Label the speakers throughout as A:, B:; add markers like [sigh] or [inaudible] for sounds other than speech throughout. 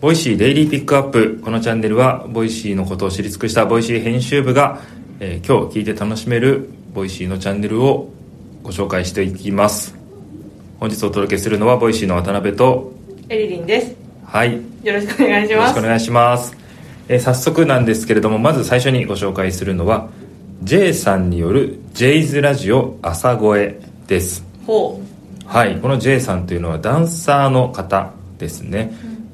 A: ボイシーデイリーピックアップ。このチャンネルは、ボイシーのことを知り尽くしたボイシー編集部が、えー今日聞いて楽しめるボイシーのチャンネルをご紹介していきます。本日お届けするのは、ボイシーの渡辺と、
B: エリリンです。
A: はい、
B: よろしくお願いし
A: よろ
B: ま
A: し
B: す。
A: くお願いします、えー早速なんですけれどもまず最初にご紹介するのは J さんによる「ジェイズラジオ朝声」です
B: ほ
A: はいこの J さんというのはダンサーの方ですね、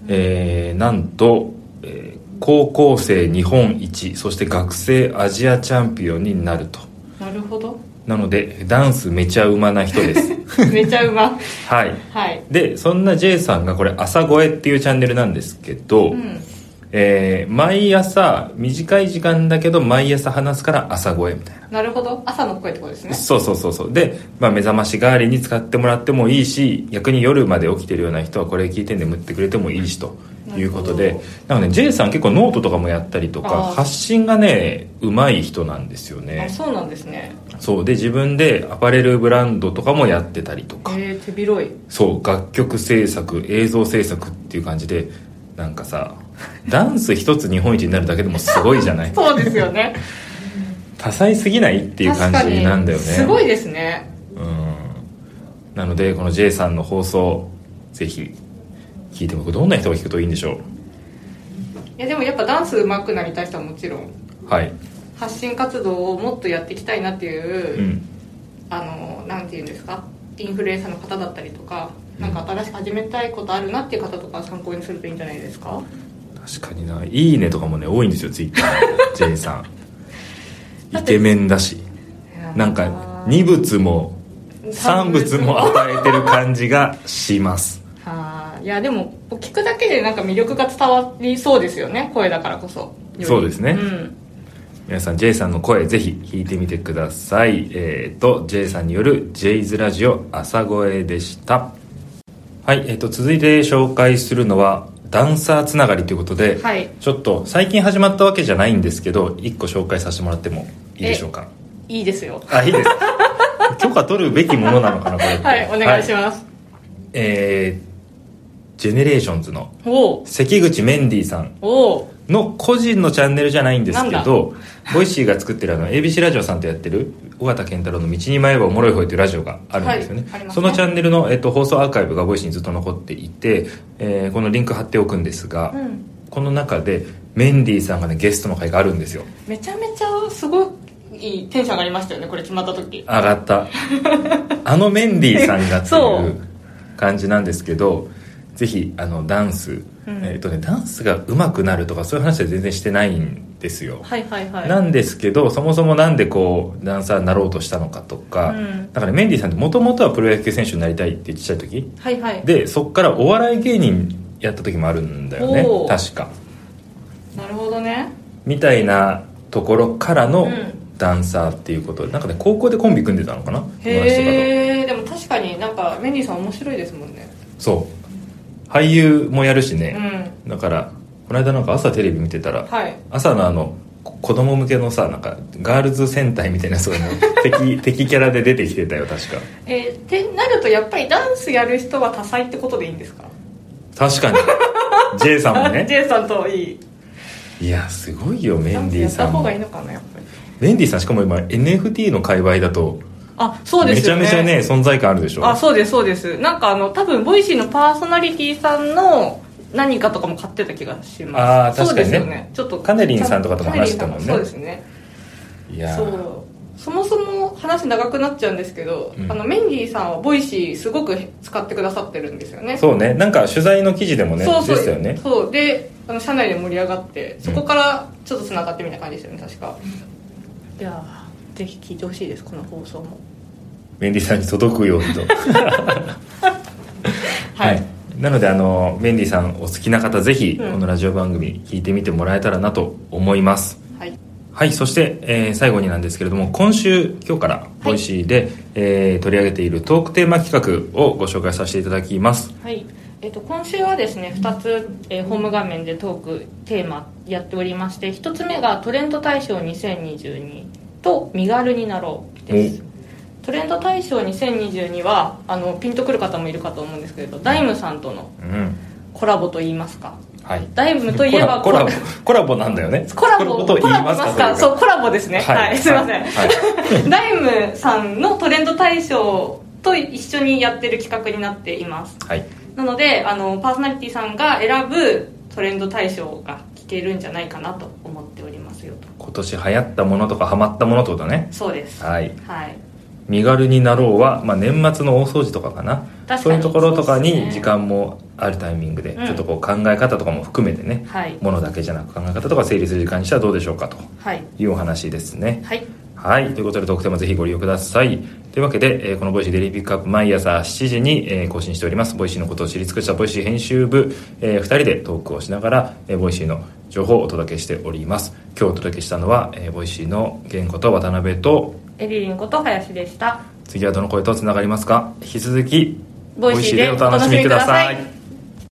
A: えーなんと、えー高校生日本一そして学生アジアチャンピオンになると
B: う。なるほど。
A: なのでダンスめちゃうまな人です
B: [laughs] めちゃうま。 [laughs]
A: はい
B: はい。
A: でそんな J さんがこれ「朝声」っていうチャンネルなんですけど、
B: うん。
A: えー毎朝短い時間だけど毎朝話すから朝声みたいな
B: なるほど。朝の声ってことですね。
A: そうそうそうそうで、まあ、目覚まし代わりに使ってもらってもいいし逆に夜まで起きてるような人はこれ聞いて眠ってくれてもいいしということ
B: なる
A: で
B: ほ
A: なので J さん結構ノートとかもやったりとか
B: あー
A: 発信がねうまい人なんですよね
B: あ、そうなんですね。
A: そうで自分でアパレルブランドとかもやってたりとか
B: えー、手広い。
A: そう楽曲制作映像制作っていう感じでなんか
B: [laughs]
A: さダンス一つ日本一になるだけでもすごいじゃない
B: そうですよね。
A: 多彩すぎないっていう感
B: 確か
A: じ
B: に
A: なんだよね
B: すごいですね。
A: うんなのでこの J さんの放送ぜひ聞いてもらうどんな人が聞くといいんでしょ
B: いや、でもやっぱダンス上手くなりたい人はもちろん、
A: うはい、
B: 発信活動をもっとやっていきたいなっていう、
A: うん、
B: あの、なんていうんですか、インフルエンサーの方だったりとか、なんか新しく始めたいことあるなっていう方とか参考にするといいんじゃないですか
A: 確かにな「いいね」とかもね多いんですよ [laughs] TwitterJ さん
B: だ
A: イ
B: って
A: ケメンだしなんか二物も三物も与えてる感じがします
B: はあいやでも聞くだけでなんか魅力が伝わりそうですよね声だからこそより
A: そうですね
B: うん、
A: 皆さん J さんの声ぜひ聞いてみてくださいえっ、と J さんによる J's ラジオ朝声でしたはいえっ、と続いて紹介するのはダンサーつながりということで、
B: はい
A: ちょっと最近始まったわけじゃないんですけど一個紹介させてもらってもいいでしょうか
B: いいですよ
A: あいいです [laughs] 許可取るべきものなのかなこれって
B: はいお願いし
A: は
B: ます、
A: えー、ジェネレーションズの
B: おう
A: 関口メンディーさん
B: おう
A: の個人のチャンネルじゃないんですけ
B: なん
A: どボイシーが作ってるあの ABC ラジオさんとやってる尾形健太郎の「道に迷えばおもろい方へ」というラジオがあるんですよね,、
B: はいありますね
A: そのチャンネルの、えっと、放送アーカイブがボイシーにずっと残っていて、えーこのリンク貼っておくんですが、
B: うん
A: この中でメンディーさんがねゲストの回があるんですよ
B: めちゃめちゃすごいテンション上がりましたよねこれ決まった時
A: 上がった
B: [laughs]
A: あのメンディーさんがって
B: そ
A: いうう感じなんですけどぜひあのダンス、えっとねダンスが上手くなるとかそういう話は全然してないんですよ
B: はいはいはい
A: なんですけどそもそもなんでこうダンサーになろうとしたのかとか、
B: うん
A: だからメンディーさんってもともとはプロ野球選手になりたいってちっちゃい時
B: はいはい
A: でそっからお笑い芸人やった時もあるんだよね
B: お
A: 確
B: ー
A: か
B: なるほどね
A: みたいなところから
B: う
A: の
B: ん
A: ダンサーっていうことでなんかね高校でコンビ組んでたのかな友達とかと
B: へえでも確かになんかメンディーさん面白いですもんね
A: そう俳優もやるし
B: う
A: ね、
B: ん
A: だからこの間なんか朝テレビ見てたら
B: はい
A: 朝のあのこ子供向けのさなんかガールズ戦隊みたいなそういうの敵 [laughs] 敵キャラで出てきてたよ確か
B: えーってなるとやっぱりダンスやる人は多彩ってことでいいんですか
A: 確
B: [laughs]
A: かに J さんもね
B: J さんといい
A: いやすごいよメ
B: ダ
A: ン
B: ンス
A: ディー
B: やっ
A: さ
B: た
A: ん
B: 方
A: も
B: がいいのかなやっぱり
A: メンディーさんしかも今 NFT の界隈だと
B: あそうで
A: め
B: す
A: ち
B: よ
A: ゃ
B: ね
A: めちゃね存在感あるでしょ
B: あそうですそうですなんかあの多分ボイシーのパーソナリティさんの何かとかも買ってた気がします
A: あー確かにね
B: そうですよねちょっと
A: カネリンさんとかとも話してたもんね
B: カネリンさそうですね
A: いや
B: そ
A: ー
B: うそもそも話長くなっちゃうんですけど、
A: うん
B: あのメンディーさんはボイシーすごく使ってくださってるんですよね
A: そうねなんか取材の記事でもね
B: そうそう
A: でしたよね
B: そうであの社内で盛り上がってそこからちょっとつながってみた感じですよね確かいやーぜひ聞いてほしいですこの放送も
A: メンディーさんに届くように
B: [laughs]
A: と
B: はい、
A: なのであのメンディーさんお好きな方ぜひこ
B: うん
A: のラジオ番組聞いてみてもらえたらなと思います、
B: はい、
A: はい、そして、えー最後になんですけれども今週今日からボイシーで、えー取り上げているトークテーマ企画をご紹介させていただきます
B: はいえっと今週はですね2つ、えーホーム画面でトークテーマやっておりまして1つ目が「トレンド大賞2022」と「身軽になろう」ですトレンド大賞2022はあのピンとくる方もいるかと思うんですけれどダイムさんとの
A: うん
B: ココラボと言いますか
A: はい
B: ダイブといえば
A: コラボコラボコラボなんだよね
B: コラボ
A: と
B: コ
A: 言い
B: ラボ
A: ま
B: ます
A: か
B: すかそうコラボですねはい、すいません、
A: はい
B: ダイムさんのトレンド大賞と一緒にやってる企画になっています
A: はい
B: なのであのパーソナリティさんが選ぶトレンド大賞が聞けるんじゃないかなと思っておりますよと
A: 今年流行ったものとかハマったものってことね
B: そうです
A: はい
B: はい
A: 身軽になろうは、まあ、年末の大掃除とかかな
B: かに
A: そういうところとか
B: そうです
A: に
B: ね
A: 時間もあるタイミングで、
B: うん
A: ちょっとこう考え方とかも含めてね、
B: はい
A: ものだけじゃなく考え方とか整理する時間にしたらどうでしょうかと
B: はい
A: いうお話ですね
B: はい
A: はいということでトークテーマぜひご利用くださいというわけで、えーこのボイシーデイリーピックアップ毎朝7時に、えー更新しておりますボイシーのことを知り尽くしたボイシー編集部、え2人でトークをしながら、えーボイシーの情報をお届けしております今日お届けしたのは、えーボイシーの言語と渡辺と
B: エリリンこと林でした
A: 次はどの声とつながりますか引き続き
B: ボイシーでお楽しみください